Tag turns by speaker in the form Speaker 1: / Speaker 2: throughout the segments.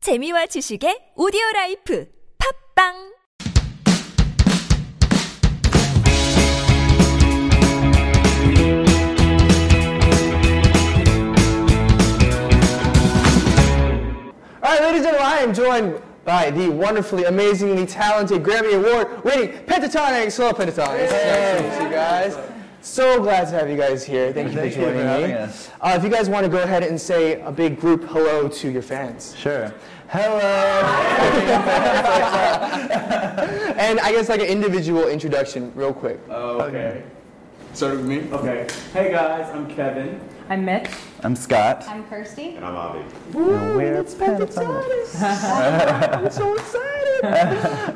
Speaker 1: 재미와 지식의 오디오 라이프 팝빵
Speaker 2: All right, ladies and gentlemen, I am joined by the wonderfully, amazingly talented Grammy Award winning Pentatonics, hello Pentatonics. Nice to meet you guys. So glad to have you guys here. Thank you
Speaker 3: Thank
Speaker 2: for
Speaker 3: you for
Speaker 2: joining me.
Speaker 3: having us.
Speaker 2: Uh, if you guys want to go ahead and say a big group hello to your fans,
Speaker 3: Sure. Hello.
Speaker 2: and I guess like an individual introduction, real quick.
Speaker 3: Uh,
Speaker 4: Okay. Started with me? Okay.
Speaker 5: Hey guys, I'm Kevin.
Speaker 6: I'm Mitch.
Speaker 3: I'm Scott.
Speaker 6: I'm Kirsty.
Speaker 4: And I'm Avi.
Speaker 3: We're
Speaker 2: I'm so excited.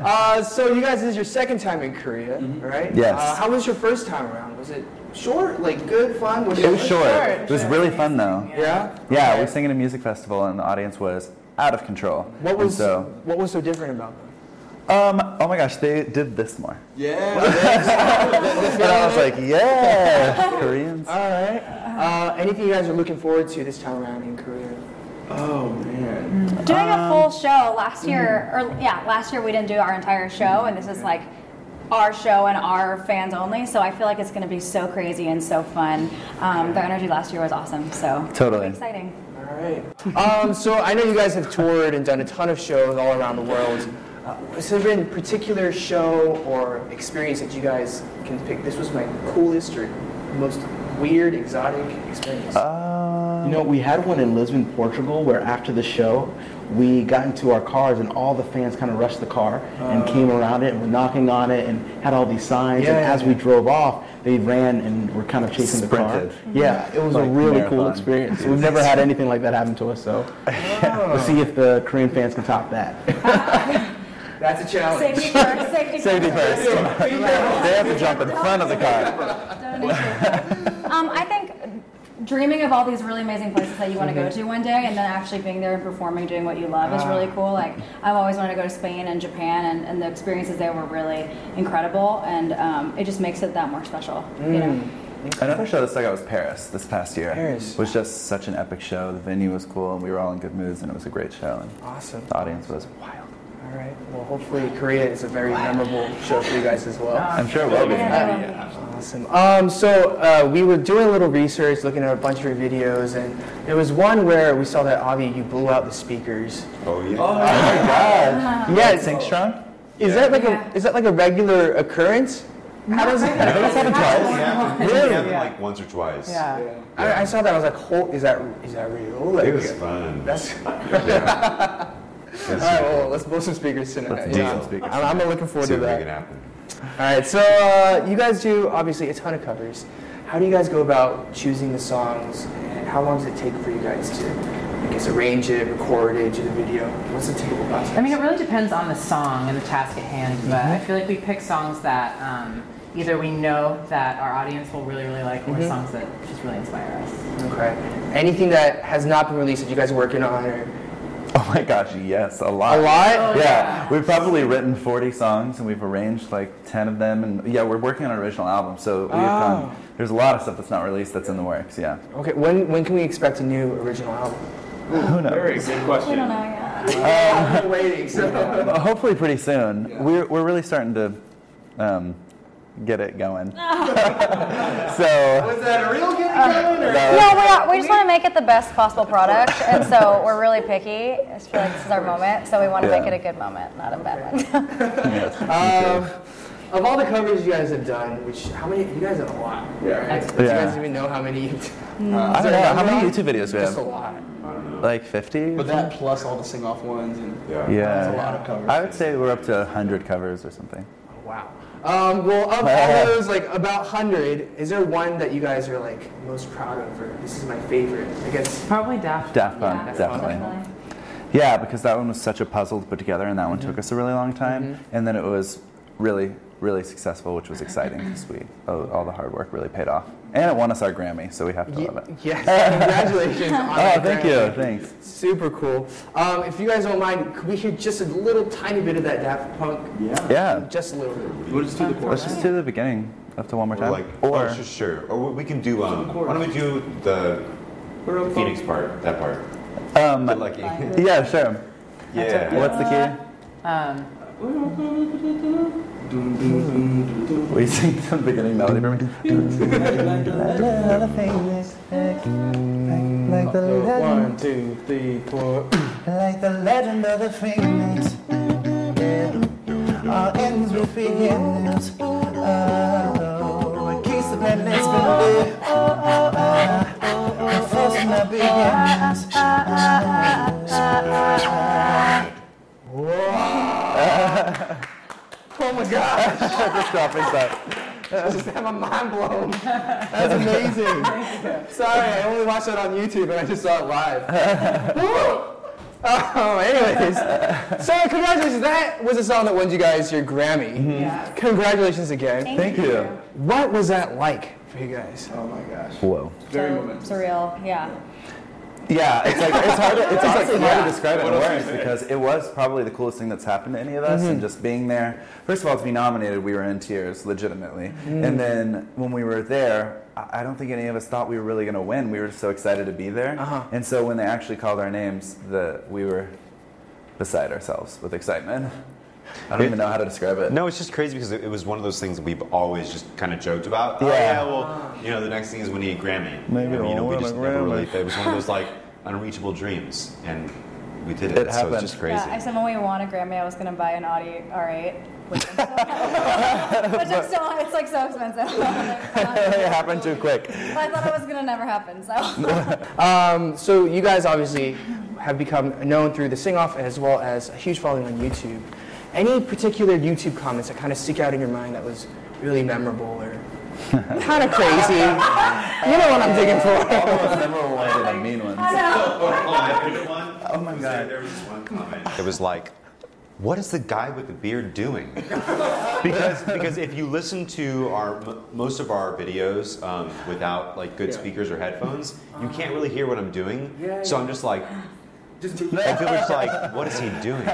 Speaker 2: uh, so you guys, this is your second time in Korea, right?
Speaker 3: Mm-hmm. Yes.
Speaker 2: Uh, how was your first time around? Was it short, like good, fun? What do
Speaker 3: It
Speaker 2: you
Speaker 3: was
Speaker 2: think?
Speaker 3: short. It was really fun though.
Speaker 2: Yeah.
Speaker 3: Yeah,
Speaker 2: Okay.
Speaker 3: we were singing at a music festival and the audience was out of control.
Speaker 2: What
Speaker 3: And
Speaker 2: was
Speaker 3: so?
Speaker 2: what was so different about them?
Speaker 3: Um. Oh my gosh, they did this more.
Speaker 4: Yeah.
Speaker 3: And I was like, yeah, Koreans.
Speaker 2: All right. Uh, anything you guys are looking forward to this time around in Korea?
Speaker 4: oh man.
Speaker 6: Doing a
Speaker 3: Um,
Speaker 6: full show last
Speaker 3: mm-hmm.
Speaker 6: year, or yeah, last year we didn't do our entire show, and this is like our show and our fans only. So I feel like it's going to be so crazy and so fun. Um, the energy last year was awesome. So
Speaker 3: Totally.
Speaker 6: It'll be exciting.
Speaker 2: All right. Um, so I know you guys have toured and done a ton of shows all around the world. Uh, has there been a particular show or experience that you guys can pick? This was my coolest or most weird, exotic experience.
Speaker 3: Uh,
Speaker 7: You know, we had one in Lisbon, Portugal, where after the show, we got into our cars and all the fans kind of rushed the car and came around it and were knocking on it and had all these signs. and
Speaker 2: Yeah.
Speaker 7: as we drove off, they ran and were kind of chasing
Speaker 3: Sprinted.
Speaker 7: the car. Yeah, it was
Speaker 3: Like
Speaker 7: a really cool
Speaker 3: marathon.
Speaker 7: experience. We've never had anything like that happen to us, so we'll see if the Korean fans can top that.
Speaker 2: That's a challenge.
Speaker 6: Safety first. Safety,
Speaker 3: Safety first. They have to jump in front of the car.
Speaker 6: Um, I think dreaming of all these really amazing places that you want to go
Speaker 3: Mm-hmm.
Speaker 6: to one day and then actually being there and performing, doing what you love is
Speaker 3: Ah.
Speaker 6: really cool. Like, I've always wanted to go to Spain and Japan, and, and the experiences there were really incredible, and um, it just makes it that more special, you
Speaker 3: Mm.
Speaker 6: know?
Speaker 3: Another show that stuck out was Paris this past year.
Speaker 2: Paris.
Speaker 3: was just such an epic show. The venue was cool, and we were all in good moods, and it was a great show. And
Speaker 2: Awesome.
Speaker 3: the audience was wild.
Speaker 2: All right. Well, hopefully Korea is a very memorable show for you guys as well.
Speaker 3: I'm sure it will be.
Speaker 2: Awesome. Um, so uh, we were doing a little research, looking at a bunch of your videos, and there was one where we saw that Avi, you blew out the speakers.
Speaker 4: Oh yeah.
Speaker 2: Yeah, it's-
Speaker 3: Sing strong.
Speaker 2: is that like
Speaker 6: Yeah.
Speaker 2: a is that like a regular occurrence? How does it?
Speaker 4: It
Speaker 2: really?
Speaker 4: happened like once or twice.
Speaker 6: Yeah.
Speaker 2: I, I saw that. I was like, "Hol- is that is that real?" Like,
Speaker 4: It was fun.
Speaker 2: That's
Speaker 4: yeah.
Speaker 2: all right. Well, let's blow some speakers tonight.
Speaker 3: Let's do some speakers
Speaker 2: I'm, I'm looking forward
Speaker 4: See
Speaker 2: to
Speaker 4: if we
Speaker 2: that.
Speaker 4: can happen.
Speaker 2: All right, so uh, you guys do obviously a ton of covers. How do you guys go about choosing the songs, and how long does it take for you guys to, I guess, arrange it, record it, do the video? What's the typical process?
Speaker 8: I mean, it really depends on the song and the task at hand, but I feel like we pick songs that um, either we know that our audience will really, really like, or songs that just really inspire us.
Speaker 2: okay. Anything that has not been released that you guys are working on, or
Speaker 3: Oh my gosh, yes, a lot.
Speaker 2: a lot?
Speaker 3: Yeah, we've probably written 40 songs and we've arranged like 10 of them. And yeah, we're working on an original album. So we've done, there's a lot of stuff that's not released that's in the works. Yeah.
Speaker 2: Okay. When when can we expect a new original album?
Speaker 3: Who knows?
Speaker 4: Very good
Speaker 6: We
Speaker 4: question.
Speaker 6: don't know yet.
Speaker 2: I've been waiting. So.
Speaker 3: Uh, hopefully, pretty soon. We're, we're really starting to um, get it going. so,
Speaker 4: Was that a real getting going?
Speaker 3: that
Speaker 6: No, we, are, we just want to make it the best possible product, and so we're really picky. I feel like this is our moment, so we want to
Speaker 3: Yeah.
Speaker 6: make it a good moment, not a bad one.
Speaker 3: Uh,
Speaker 2: Um, of all the covers you guys have done, which how many? You guys have a lot.
Speaker 4: Yeah.
Speaker 2: Right? Do you
Speaker 3: Yeah.
Speaker 2: guys even know how many? You've
Speaker 3: I don't know. How many YouTube videos we
Speaker 2: Just a
Speaker 3: have?
Speaker 2: lot.
Speaker 3: Like 50?
Speaker 7: that plus all the sing off ones and
Speaker 4: Yeah.
Speaker 3: Yeah.
Speaker 7: of covers.
Speaker 3: I would say we're up to 100 covers or something.
Speaker 2: Wow. Um, well, of all those, like about hundred, is there one that you guys are like most proud of, or this is my favorite? I guess.
Speaker 8: Probably Daft.
Speaker 3: Daft Punk, definitely. Yeah, because that one was such a puzzle to put together, and that one took us a really long time. And then it was really, really successful, which was exciting because we all, all the hard work really paid off, and it won us our Grammy, so we have to love it.
Speaker 2: Yes. Congratulations. on
Speaker 3: Oh,
Speaker 2: that
Speaker 3: thank
Speaker 2: Grammy.
Speaker 3: you, thanks.
Speaker 2: Super cool. Um, if you guys don't mind, could we hear just a little tiny bit of that Daft Punk?
Speaker 4: Yeah.
Speaker 3: Yeah,
Speaker 2: Just a little bit.
Speaker 4: We'll just do the chorus.
Speaker 3: let's just do the beginning up to one more
Speaker 4: Or
Speaker 3: time.
Speaker 4: like,
Speaker 3: or
Speaker 4: oh, sure, sure. Or we- we can do, um, why don't we do the Phoenix part, that part.
Speaker 3: um,
Speaker 4: But like,
Speaker 3: yeah, sure.
Speaker 4: Yeah.
Speaker 3: What's the key?
Speaker 8: Um,
Speaker 3: Will you sing the beginning melody for me? Like the
Speaker 7: One, two, three, four.
Speaker 3: Like the legend of the phoenix, all ends with beginnings. Oh, it keeps the madness from me. Oh, oh, oh, forcing the beginnings.
Speaker 2: Oh my god,
Speaker 3: Just dropping that.
Speaker 2: I just had my mind blown. That's amazing. Sorry, I only watched that on YouTube and I just saw it live. oh, anyways. So congratulations. That was a song that won you guys your Grammy.
Speaker 8: Yeah.
Speaker 2: Congratulations again.
Speaker 3: Mm-hmm. Thank you.
Speaker 2: What was that like for you guys? Oh my gosh.
Speaker 3: Whoa.
Speaker 5: Very
Speaker 6: So
Speaker 5: momentous.
Speaker 6: surreal, yeah.
Speaker 3: Yeah, it's like it's hard. To, it's honestly hard
Speaker 2: yeah.
Speaker 3: to describe it in words because it was probably the coolest thing that's happened to any of us, and just being there. First of all, to be nominated, we were in tears, legitimately, and then when we were there. I I don't think any of us thought we were really going to win. We were just so excited to be there,
Speaker 2: Uh-huh.
Speaker 3: and so when they actually called our names, the we were beside ourselves with excitement. I don't
Speaker 4: It-
Speaker 3: even know how to describe it.
Speaker 4: No, it's just crazy because it, it was one of those things that we've always just kind of joked about. Oh,
Speaker 3: Yeah.
Speaker 4: yeah, well, you know, the next thing is we need a Grammy.
Speaker 3: Maybe
Speaker 4: And, you know,
Speaker 3: I'll
Speaker 4: we
Speaker 3: win
Speaker 4: just
Speaker 3: a
Speaker 4: never
Speaker 3: Grammy.
Speaker 4: really. It was one of those like unreachable dreams, and we did
Speaker 3: It
Speaker 4: it. so
Speaker 3: happened.
Speaker 4: it's just crazy.
Speaker 6: Yeah, I said when we won a Grammy, I was gonna buy an Audi R8, which I'm still, which I'm still it's like so expensive.
Speaker 3: it
Speaker 6: it
Speaker 3: happened too quick.
Speaker 6: But I thought it was gonna never happen. So
Speaker 2: Um, so you guys obviously have become known through the sing-off as well as a huge following on YouTube. Any particular YouTube comments that kind of stick out in your mind that was really memorable or kind of crazy? you know what I'm digging for.
Speaker 3: Almost memorable ones are the mean ones.
Speaker 4: Oh my god. There was just one comment. It was like, what is the guy with the beard doing? because because if you listen to our m- most of our videos um, without like good speakers or headphones, you can't really hear what I'm doing. so I'm just like.
Speaker 5: Just
Speaker 4: I feel just like, what is he doing?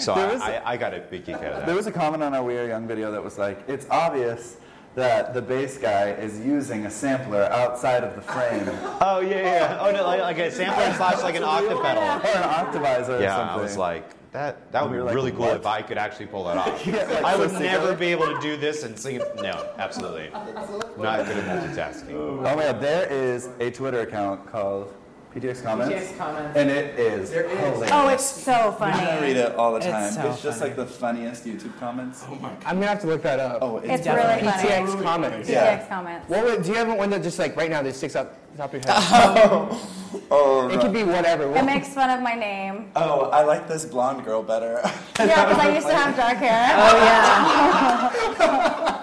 Speaker 4: So
Speaker 3: There
Speaker 4: I,
Speaker 3: was-
Speaker 4: I, I got a big kick out of
Speaker 3: There
Speaker 4: that.
Speaker 3: was a comment on our We Are Young video that was like, it's obvious that the bass guy is using a sampler outside of the frame or
Speaker 4: Oh yeah, yeah. Oh no, like, like a sampler slash like an octave pedal.
Speaker 3: an octavizer or
Speaker 4: Yeah,
Speaker 3: something.
Speaker 4: I was like, that that would
Speaker 3: We
Speaker 4: be
Speaker 3: were like,
Speaker 4: really cool
Speaker 3: what?
Speaker 4: if I could actually pull that off.
Speaker 3: Yeah, like,
Speaker 4: I
Speaker 3: so
Speaker 4: would
Speaker 3: sick.
Speaker 4: never be able to do this and sing it. No, absolutely. Not good at multitasking.
Speaker 3: oh my god, there is a Twitter account called PTX Comments.
Speaker 8: PTX Comments.
Speaker 3: And it is. There is.
Speaker 6: oh, it's so
Speaker 3: I read
Speaker 6: funny.
Speaker 3: it all the
Speaker 8: It's
Speaker 3: time. It's,
Speaker 8: so
Speaker 3: just
Speaker 8: funny.
Speaker 3: like the funniest YouTube comments. Oh my
Speaker 2: I'm gonna have to look that up.
Speaker 6: It's really funny.
Speaker 2: PTX comments.
Speaker 3: Yeah.
Speaker 6: PTX comments.
Speaker 2: What would, do you have one that just like right now that sticks out the top of your head?
Speaker 3: oh,
Speaker 2: It could be whatever.
Speaker 6: Uh-huh. It makes fun of my name.
Speaker 3: oh, I like this blonde girl better.
Speaker 6: Yeah, because I used to have dark hair. Oh yeah.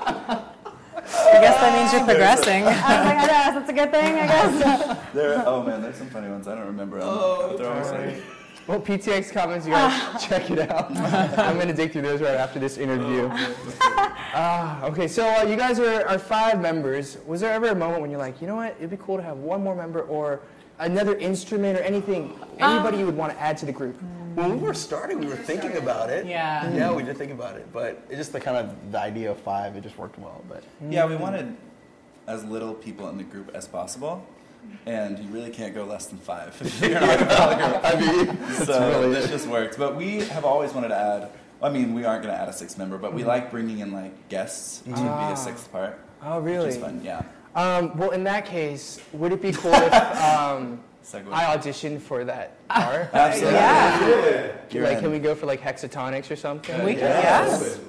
Speaker 8: I guess that means you're progressing.
Speaker 6: I was like, I guess that's a good thing. I guess.
Speaker 3: there, oh man, there's some funny ones. I don't remember. Oh, they're always like,
Speaker 2: Well, PTX comments, you guys check it out. I'm gonna dig through those right after this interview. Ah, okay. So uh, you guys are, are five members. Was there ever a moment when you're like, you know what, it'd be cool to have one more member or another instrument or anything, anybody you would want to add to the group?
Speaker 7: When we were starting, we were thinking about it.
Speaker 8: Yeah.
Speaker 7: Yeah, we did think about it, but it just the kind of the idea of five, it just worked well. But
Speaker 9: Yeah, we wanted as little people in the group as possible, and you really can't go less than five. You're not gonna fill the group. so this just works. But we have always wanted to add. I mean, we aren't going to add a sixth member, but we
Speaker 7: Mm-hmm.
Speaker 9: like bringing in like guests to be a sixth part.
Speaker 2: Oh,
Speaker 9: Which
Speaker 2: really?
Speaker 9: is fun. Yeah.
Speaker 2: Um, well, in that case, would it be cool if um,
Speaker 9: Segue.
Speaker 2: I auditioned for that part?
Speaker 9: Absolutely.
Speaker 8: Yeah.
Speaker 9: You're
Speaker 2: like,
Speaker 9: in.
Speaker 2: can we go for like hexatonics or something?
Speaker 8: We can, yes.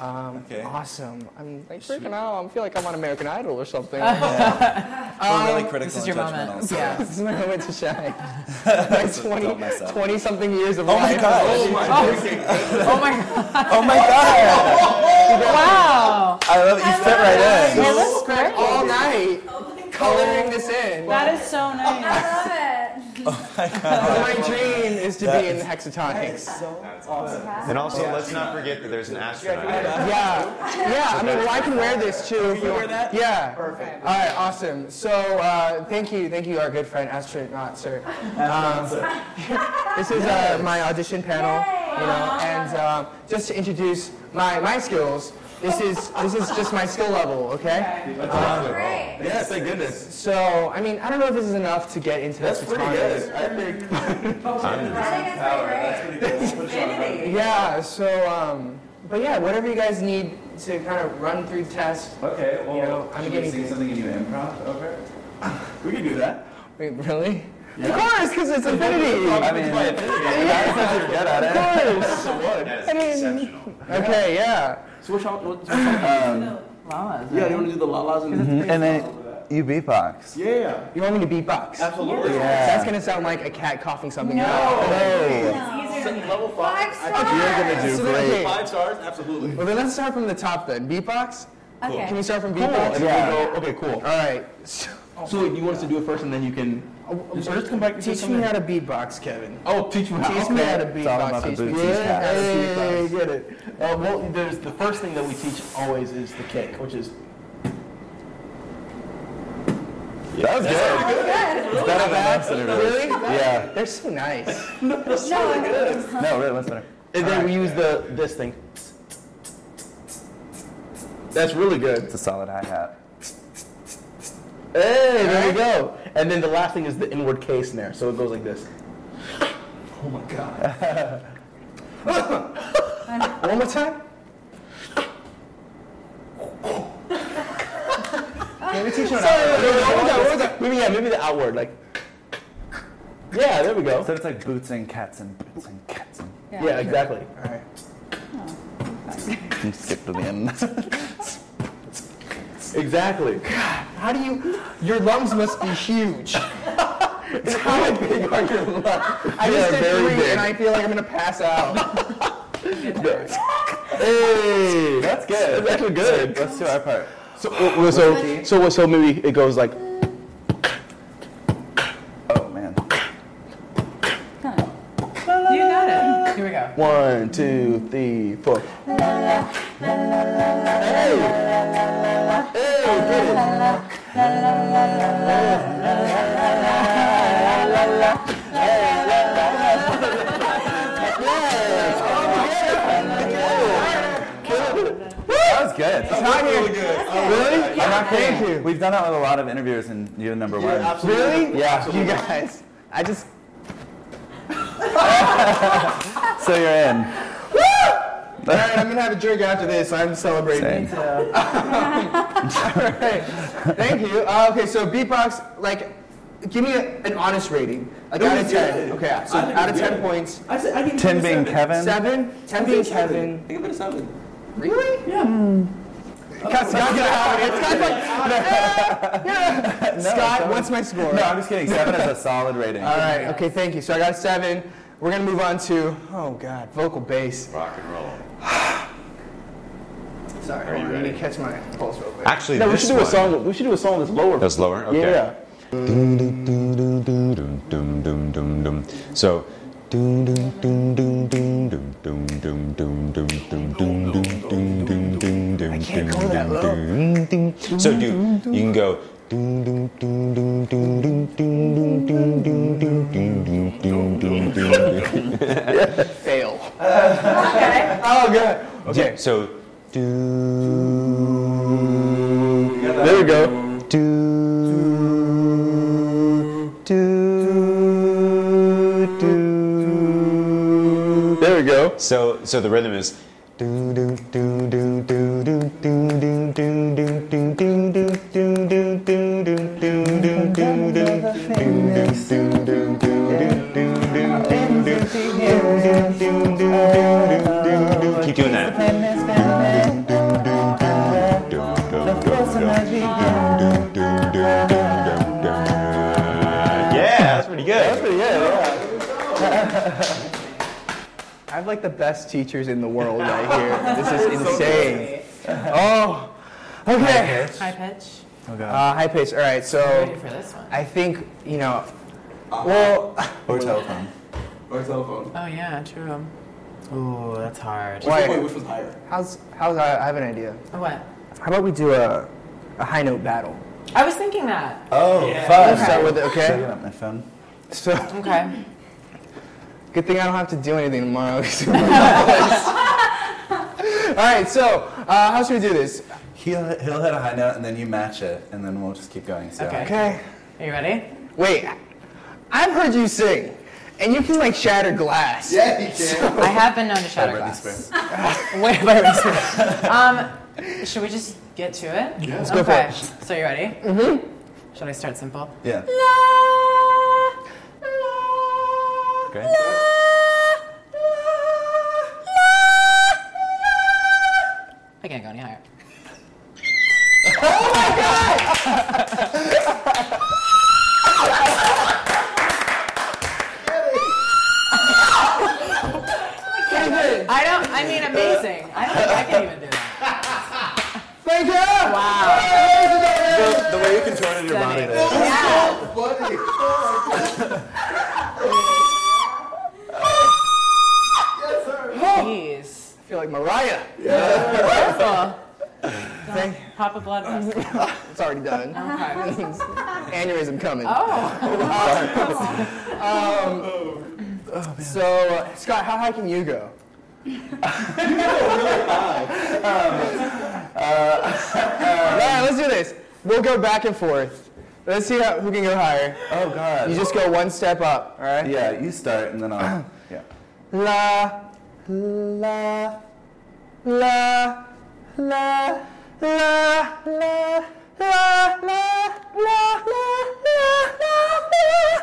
Speaker 9: Okay.
Speaker 2: Awesome. I'm like freaking out. I feel like I'm on American Idol or something.
Speaker 9: We're really critical
Speaker 8: This
Speaker 9: and
Speaker 8: is your
Speaker 9: judgmental.
Speaker 8: moment.
Speaker 9: so-
Speaker 8: Yeah.
Speaker 2: this is my moment to shine. My 20,
Speaker 9: Don't mess up.
Speaker 2: 20 something years of
Speaker 9: Oh my
Speaker 2: life.
Speaker 9: god! Oh my,
Speaker 8: Oh my god.
Speaker 9: god!
Speaker 8: Wow.
Speaker 9: I love it. You fit right in.
Speaker 8: It looks great.
Speaker 2: All night coloring this in.
Speaker 8: That is so
Speaker 6: I love
Speaker 8: nice.
Speaker 6: it.
Speaker 2: my dream is to be in hexatonics.
Speaker 4: And also, let's not forget that there's an astronaut.
Speaker 2: Yeah, yeah. I mean, well, I can wear this too. if You wear that? Yeah. Perfect. All right, awesome. So, uh, thank you, thank you, our good friend astronaut sir. Um, this is uh, my audition panel. You know, and um, just to introduce my, my skills, this is this is just my skill level, okay?
Speaker 10: That's awesome. Great. Yeah, thank goodness.
Speaker 2: So, I mean, I don't know if this is enough to get into
Speaker 10: That's pretty
Speaker 2: photography.
Speaker 10: good. I think.
Speaker 2: Yeah, so, um, but yeah, whatever you guys need to kind of run through the test.
Speaker 9: Okay, well,
Speaker 2: you know, I'm
Speaker 9: should we
Speaker 2: getting
Speaker 9: sing something and do improv over? We can do that.
Speaker 2: Wait, really? Of course, because it's infinity.
Speaker 9: I mean,
Speaker 2: Yeah.
Speaker 9: that's what you're good at it.
Speaker 2: Of course.
Speaker 10: That
Speaker 2: I mean, okay, yeah.
Speaker 5: So which one? What, which one
Speaker 8: Lalas.
Speaker 5: yeah, you want to do the lalas and
Speaker 3: um, Mm-hmm. And then you beatbox.
Speaker 5: yeah.
Speaker 2: You want me to beatbox?
Speaker 5: Absolutely.
Speaker 2: That's gonna sound like a cat coughing something
Speaker 8: No.
Speaker 2: out.
Speaker 5: Level five.
Speaker 10: Five stars.
Speaker 2: do
Speaker 5: So
Speaker 2: great.
Speaker 5: then- Five stars, absolutely.
Speaker 2: Well, then let's start from the top then. Beatbox? Can we
Speaker 6: Okay.
Speaker 2: start from
Speaker 7: Cool.
Speaker 2: beatbox?
Speaker 7: And
Speaker 3: Yeah.
Speaker 7: then we go, okay, cool.
Speaker 2: All right. So,
Speaker 7: So you want us to do it first, and then you can. So just come back. and say
Speaker 2: teach me
Speaker 7: something.
Speaker 2: how to beatbox, Kevin.
Speaker 7: Oh, teach me how.
Speaker 2: Teach
Speaker 7: okay.
Speaker 2: me how to
Speaker 3: It's all about
Speaker 2: beatbox.
Speaker 3: the
Speaker 2: Teach
Speaker 3: boots
Speaker 2: me
Speaker 3: and
Speaker 2: how
Speaker 3: straps.
Speaker 2: to
Speaker 7: Hey,
Speaker 2: beatbox.
Speaker 7: get it. Uh, well, there's the first thing that we teach always is the kick, which is
Speaker 3: That was good.
Speaker 6: Good.
Speaker 3: It's better than I said it really.
Speaker 2: Really?
Speaker 3: Yeah.
Speaker 2: They're so nice.
Speaker 6: No, I'm-
Speaker 3: No, really, that's better.
Speaker 7: And then we use the this thing. That's really good.
Speaker 3: It's a solid hi hat.
Speaker 7: Hey, there we go. And then the last thing is the inward K snare. So it goes like this. Oh my god.
Speaker 2: One more time. Can we teach you an outward?
Speaker 7: Maybe yeah, maybe the outward like. Yeah, there we go.
Speaker 3: So it's like boots and cats and boots and cats. And
Speaker 7: Yeah, exactly.
Speaker 2: Alright.
Speaker 3: you skip to the end.
Speaker 7: Exactly.
Speaker 2: How do you? Your lungs must be huge.
Speaker 7: How big are your lungs?
Speaker 2: I just
Speaker 7: They're
Speaker 2: did
Speaker 7: very
Speaker 2: three,
Speaker 7: big.
Speaker 2: and I feel like I'm gonna pass out.
Speaker 7: Hey,
Speaker 3: That's good.
Speaker 7: That's actually good.
Speaker 3: Let's do our part.
Speaker 7: So, well, so, so, so maybe it goes like.
Speaker 3: Oh man.
Speaker 8: You got it. Here we go.
Speaker 7: One, two, three, four. Hey! Hey, get it.
Speaker 3: That was good.
Speaker 2: really Really?
Speaker 3: I'm not
Speaker 2: Thank
Speaker 3: kidding.
Speaker 2: you.
Speaker 3: We've done that with a lot of interviewers, and you're number one.
Speaker 2: Really?
Speaker 3: Yeah.
Speaker 2: You guys. I just.
Speaker 3: So you're in.
Speaker 2: All right, I'm gonna have a drink after this. I'm celebrating.
Speaker 3: Same.
Speaker 2: All right. Thank you. Uh, okay, so beatbox, like, give me a, an honest rating, like out of ten. Okay, so
Speaker 5: I think
Speaker 2: out of
Speaker 5: it's
Speaker 2: ten
Speaker 5: good.
Speaker 2: points,
Speaker 5: I said I give it
Speaker 3: Ten
Speaker 5: a
Speaker 3: being
Speaker 5: seven.
Speaker 3: Kevin.
Speaker 2: seven, ten being Kevin.
Speaker 5: I give it a seven.
Speaker 2: Really? Yeah. Scott, Scott's gonna have it. Scott's like, "Ah, yeah." Scott, what's my score?
Speaker 3: No, I'm just kidding. Seven is a solid rating.
Speaker 2: All right. Okay. Thank you. So I got a seven. We're gonna move on to oh god, vocal bass.
Speaker 4: Rock and roll.
Speaker 2: Sorry,
Speaker 4: Are
Speaker 2: hold on,
Speaker 4: you
Speaker 2: I need
Speaker 4: ready?
Speaker 2: to catch my pulse real quick.
Speaker 4: Actually,
Speaker 7: No, we
Speaker 4: this
Speaker 7: should do a
Speaker 4: one.
Speaker 7: song. We should do a song that's lower.
Speaker 4: That's lower. Okay.
Speaker 7: Yeah.
Speaker 4: So. I can't go that low. So do you can go.
Speaker 2: Fail.
Speaker 8: Okay.
Speaker 2: Oh god.
Speaker 4: Okay. So.
Speaker 7: There we go. There we go.
Speaker 4: So so the rhythm is. Keep doing that. Yeah, that's pretty good.
Speaker 2: I have like the best teachers in the world right here. This is insane. Oh. Okay.
Speaker 8: High pitch.
Speaker 2: Uh, high pitch. All right.
Speaker 8: Ready
Speaker 2: So
Speaker 8: for this one?
Speaker 2: I think you know. Well,
Speaker 3: Or telephone.
Speaker 5: Or telephone.
Speaker 8: Oh yeah, true. Ooh, that's hard.
Speaker 5: Wait,
Speaker 2: wait.
Speaker 5: which was higher?
Speaker 2: How's how's I, I have an idea.
Speaker 8: What?
Speaker 2: How about we do a a high note battle?
Speaker 8: I was thinking that.
Speaker 3: Oh,
Speaker 2: Let's
Speaker 3: fun.
Speaker 2: start with it.
Speaker 3: Should I get
Speaker 2: Okay.
Speaker 3: out my phone?
Speaker 2: So.
Speaker 8: Okay.
Speaker 2: Good thing I don't have to do anything tomorrow. 'cause I'm All right, so uh, how should we do this?
Speaker 3: He'll, he'll hit a high note and then you match it, and then we'll just keep going. So.
Speaker 2: Okay. Okay.
Speaker 8: Are you ready?
Speaker 2: Wait, I've heard you sing, and you can like shatter glass.
Speaker 8: Yeah, you can. I have been known to shatter
Speaker 2: By Britney
Speaker 8: glass. Wait, by Um, should we just get to it?
Speaker 2: Yeah. Let's
Speaker 8: okay.
Speaker 2: go for it.
Speaker 8: So you ready? Mm-hmm. Should I start simple?
Speaker 3: Yeah. Okay.
Speaker 8: I can't go any higher.
Speaker 11: Oh my god!
Speaker 8: I don't. I mean, amazing. I don't think I can even do that. Thank
Speaker 2: uh,
Speaker 8: you. Wow.
Speaker 3: The, the way you contorted your body there.
Speaker 11: That was so funny.
Speaker 8: Jeez.
Speaker 2: I feel like Mariah.
Speaker 8: Yeah. Wonderful. Pop a blood vessel.
Speaker 2: It's already done. Aneurysm coming.
Speaker 11: Oh.
Speaker 2: Um, so, uh, Scott, how high can you go? Um, uh, All right, uh, let's do this. We'll go back and forth. Let's see how, who can go higher.
Speaker 3: Oh God.
Speaker 2: You just go one step up. All right.
Speaker 3: Yeah, you start and then I'll. Yeah.
Speaker 2: La, la, la, la, la, la, la, la, la, la, la,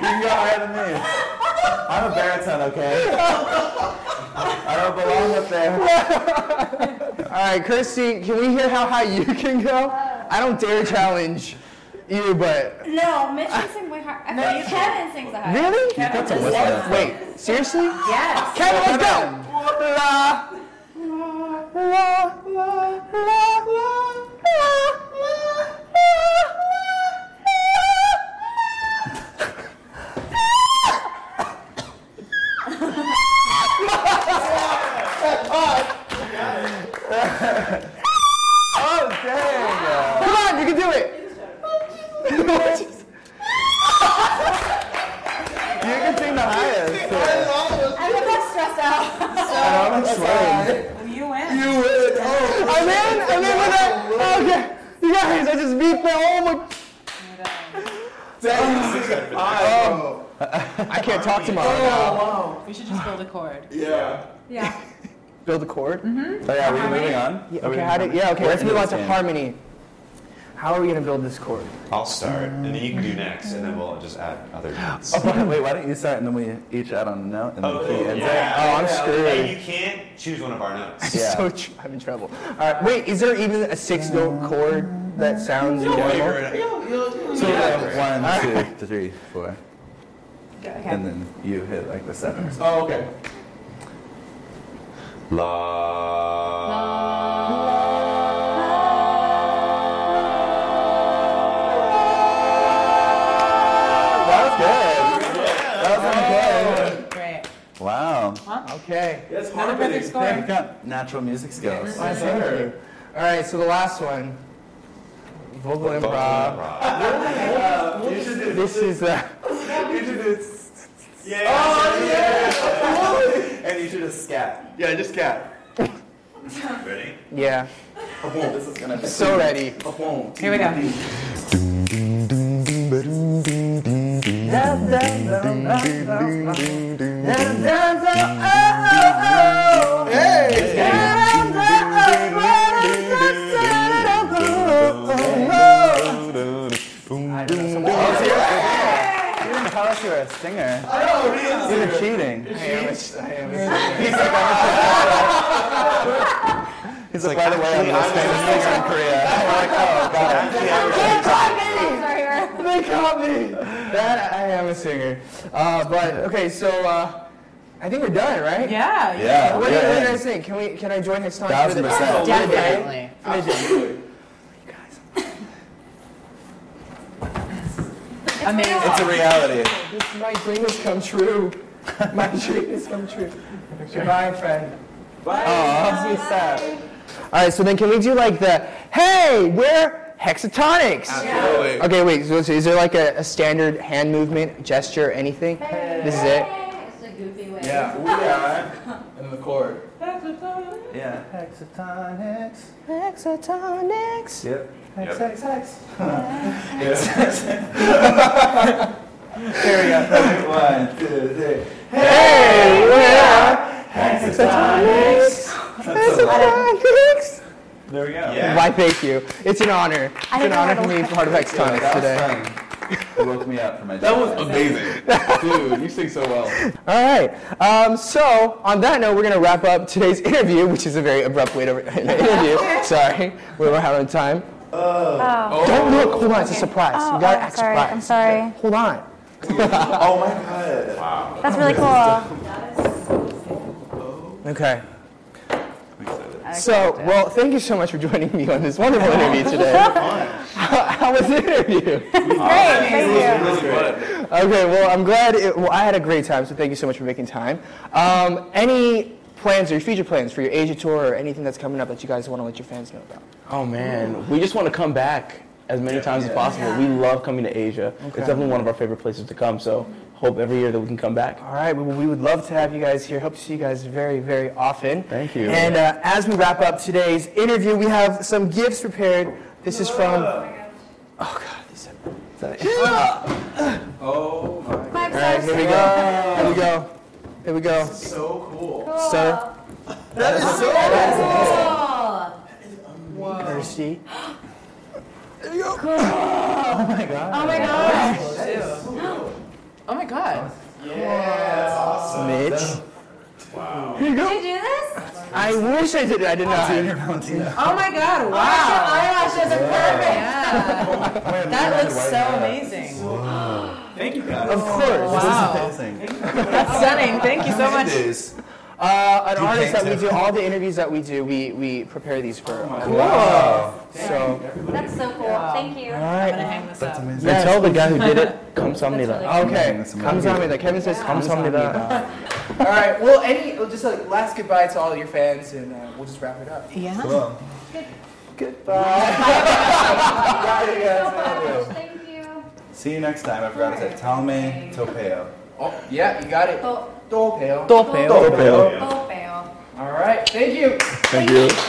Speaker 3: You can go higher than me. I'm a baritone, okay? I don't belong up
Speaker 2: there. All right, Christy, can we hear how high you can go? I don't dare challenge you, but
Speaker 6: No, Mitch can sing way higher. I
Speaker 2: No,
Speaker 6: feel like
Speaker 2: you
Speaker 6: Kevin sings the highest.
Speaker 2: really?
Speaker 6: Kevin does.
Speaker 2: Wait, seriously?
Speaker 6: Yes.
Speaker 2: Kevin, let's go. La, la, la, la, la.
Speaker 11: Oh dang!
Speaker 2: Come on, you can do it.
Speaker 11: you can sing the highest.
Speaker 6: I'm a bit stressed out.
Speaker 11: I'm sweating.
Speaker 8: You win.
Speaker 11: You win. Oh,
Speaker 2: I'm in. I'm in with that. Okay, you guys, I just beat the whole. my-
Speaker 11: Oh.
Speaker 2: I can't talk tomorrow.
Speaker 3: Oh.
Speaker 8: We should just build a chord.
Speaker 11: Yeah.
Speaker 8: Yeah.
Speaker 2: Build a chord. Mm-hmm.
Speaker 3: Oh, yeah, are we moving on?
Speaker 2: Yeah,
Speaker 3: Are we
Speaker 2: okay, how
Speaker 3: moving
Speaker 2: did,
Speaker 3: on?
Speaker 2: yeah, okay.
Speaker 3: We're
Speaker 2: Let's
Speaker 3: into
Speaker 2: move on
Speaker 3: this
Speaker 2: to
Speaker 3: game.
Speaker 2: harmony. How are we gonna build this chord?
Speaker 4: I'll start, and then you can do next, and then we'll just add other notes.
Speaker 3: Oh, why- wait, why don't you start and then we each add on a note and then Oh, he ends it?
Speaker 4: Oh, Yeah. And you can't choose one of our notes.
Speaker 2: I'm so tr- I'm in trouble. All right, wait, is there even a six note chord that sounds
Speaker 3: You'll
Speaker 2: normal?
Speaker 3: figure it So we have one, two, three, four. And then you hit like the seven. or something.
Speaker 12: Oh, okay.
Speaker 3: That was good. That was
Speaker 8: okay. Great.
Speaker 3: good. Wow.
Speaker 2: Okay.
Speaker 12: That's
Speaker 8: harmony.
Speaker 3: They've got natural music skills.
Speaker 2: Oh, thank you. All right, so the last one. Vocal improv.
Speaker 11: You should do
Speaker 2: This is uh,
Speaker 11: You should do s-
Speaker 4: Yeah.
Speaker 11: Oh yeah.
Speaker 3: And you should just scat.
Speaker 11: Yeah, just scat.
Speaker 4: Ready?
Speaker 2: yeah.
Speaker 3: Oh, This is gonna be
Speaker 2: So ready.
Speaker 8: Here we go.
Speaker 3: You didn't tell us you were a singer.
Speaker 11: I know, he is a
Speaker 3: You were
Speaker 11: singer.
Speaker 3: cheating. He's like, by the way, I'm the most famous singer in Korea. I'm like, oh, God.
Speaker 2: They caught me. That I am a singer. Uh, but okay, so uh, I think we're done, right?
Speaker 8: Yeah.
Speaker 3: yeah. Yeah,
Speaker 2: What do you what
Speaker 3: yeah,
Speaker 2: do you
Speaker 3: yeah.
Speaker 2: guys think? Can we? Can I join Hassan for
Speaker 3: Thousand
Speaker 2: the
Speaker 3: percent.
Speaker 2: for the day?
Speaker 8: Definitely.
Speaker 2: For the day.
Speaker 8: Amazing.
Speaker 3: It's a reality.
Speaker 2: This, my dream has come true. My dream has come true. Goodbye, friend. Bye. All right, so then can we do like the hey, we're hexatonics.
Speaker 5: Absolutely.
Speaker 2: Okay, wait. So is there like a, a standard hand movement, gesture, anything? This is it.
Speaker 6: It's a goofy way.
Speaker 5: Yeah, we are. And the chord.
Speaker 3: Yeah. Hexatonics.
Speaker 2: Hexatonics.
Speaker 3: Yep.
Speaker 5: Yep.
Speaker 3: Hex, hex, hex.
Speaker 5: Yeah.
Speaker 3: There we go. One, two, three.
Speaker 5: Hey,
Speaker 2: Hexatonics. Hexatonics.
Speaker 3: There we go.
Speaker 2: Why, thank you. It's an honor. It's
Speaker 3: I
Speaker 2: an
Speaker 3: didn't know
Speaker 2: honor
Speaker 3: how
Speaker 2: for
Speaker 3: to
Speaker 2: me to be part of Hexatonics
Speaker 3: Yeah,
Speaker 2: today.
Speaker 3: that was fun. It woke me up for my
Speaker 2: That was
Speaker 5: amazing.
Speaker 3: Dude, you sing so well.
Speaker 2: All right. Um, so on that note, we're going to wrap up today's interview, which is a very abrupt way to end the interview. Sorry, we were having time.
Speaker 6: Oh.
Speaker 2: Don't look. Hold on, it's a surprise.
Speaker 6: Oh,
Speaker 2: you gotta
Speaker 6: oh,
Speaker 2: act
Speaker 6: sorry.
Speaker 2: surprised.
Speaker 6: I'm sorry.
Speaker 2: Hold on.
Speaker 5: oh my god. Wow.
Speaker 6: That's really cool.
Speaker 2: Okay. So, well, thank you so much for joining me on this wonderful interview today. how, how was the interview?
Speaker 10: Great, thank you.
Speaker 2: Okay, well, I'm glad. It, well, I had a great time, so thank you so much for making time. Um, any plans or your future plans for your Asia tour or anything that's coming up that you guys want to let your fans know about?
Speaker 7: Oh man, we just want to come back as many times as
Speaker 2: Yeah.
Speaker 7: possible.
Speaker 2: Yeah.
Speaker 7: We love coming to Asia. It's
Speaker 2: Okay.
Speaker 7: definitely one of our favorite places to come. So hope every year that we can come back.
Speaker 2: All right, well, we would love to have you guys here. Hope to see you guys very, very often.
Speaker 7: Thank you.
Speaker 2: And uh, as we wrap up today's interview, we have some gifts prepared. This is from. Oh, God. This
Speaker 5: Oh my
Speaker 2: All right, here we go. Here we go. Here we go.
Speaker 5: So cool.
Speaker 2: Sir,
Speaker 5: That is so
Speaker 2: Oh courtesy.
Speaker 8: Oh
Speaker 2: my god.
Speaker 8: Oh my gosh. Oh my god.
Speaker 5: That's awesome.
Speaker 2: Ah, Mitch.
Speaker 5: Wow.
Speaker 2: Here you go.
Speaker 8: you do this?
Speaker 2: I wish I did. I did not.
Speaker 8: Oh my god, wow.
Speaker 10: eyelashes are
Speaker 8: perfect. That looks so amazing.
Speaker 5: Thank you guys.
Speaker 2: Of course.
Speaker 8: Wow. That's stunning. Thank you so much.
Speaker 2: Uh, an
Speaker 8: You
Speaker 2: artist that
Speaker 8: can't
Speaker 2: we do,
Speaker 8: tell.
Speaker 2: all the interviews that we do, we, we prepare these for.
Speaker 6: Cool.
Speaker 2: Wow. So,
Speaker 6: That's so cool. Thank you.
Speaker 2: right. I'm gonna
Speaker 6: hang this
Speaker 2: That's
Speaker 6: up.
Speaker 2: amazing.
Speaker 7: And tell the guy who did it, come samnida.
Speaker 2: okay. Comes on me. That Kevin says,
Speaker 7: Come
Speaker 2: comes on me.
Speaker 7: samnida.
Speaker 2: All right. Well, any well, just like last goodbye to all your fans, and uh, we'll just wrap it up.
Speaker 8: Yeah.
Speaker 2: Cool.
Speaker 9: See you next time. I forgot to say Talme Topeo.
Speaker 2: Oh, yeah, you got it. Topeo.
Speaker 9: Topeo.
Speaker 2: All right. Thank you.
Speaker 9: Thank you.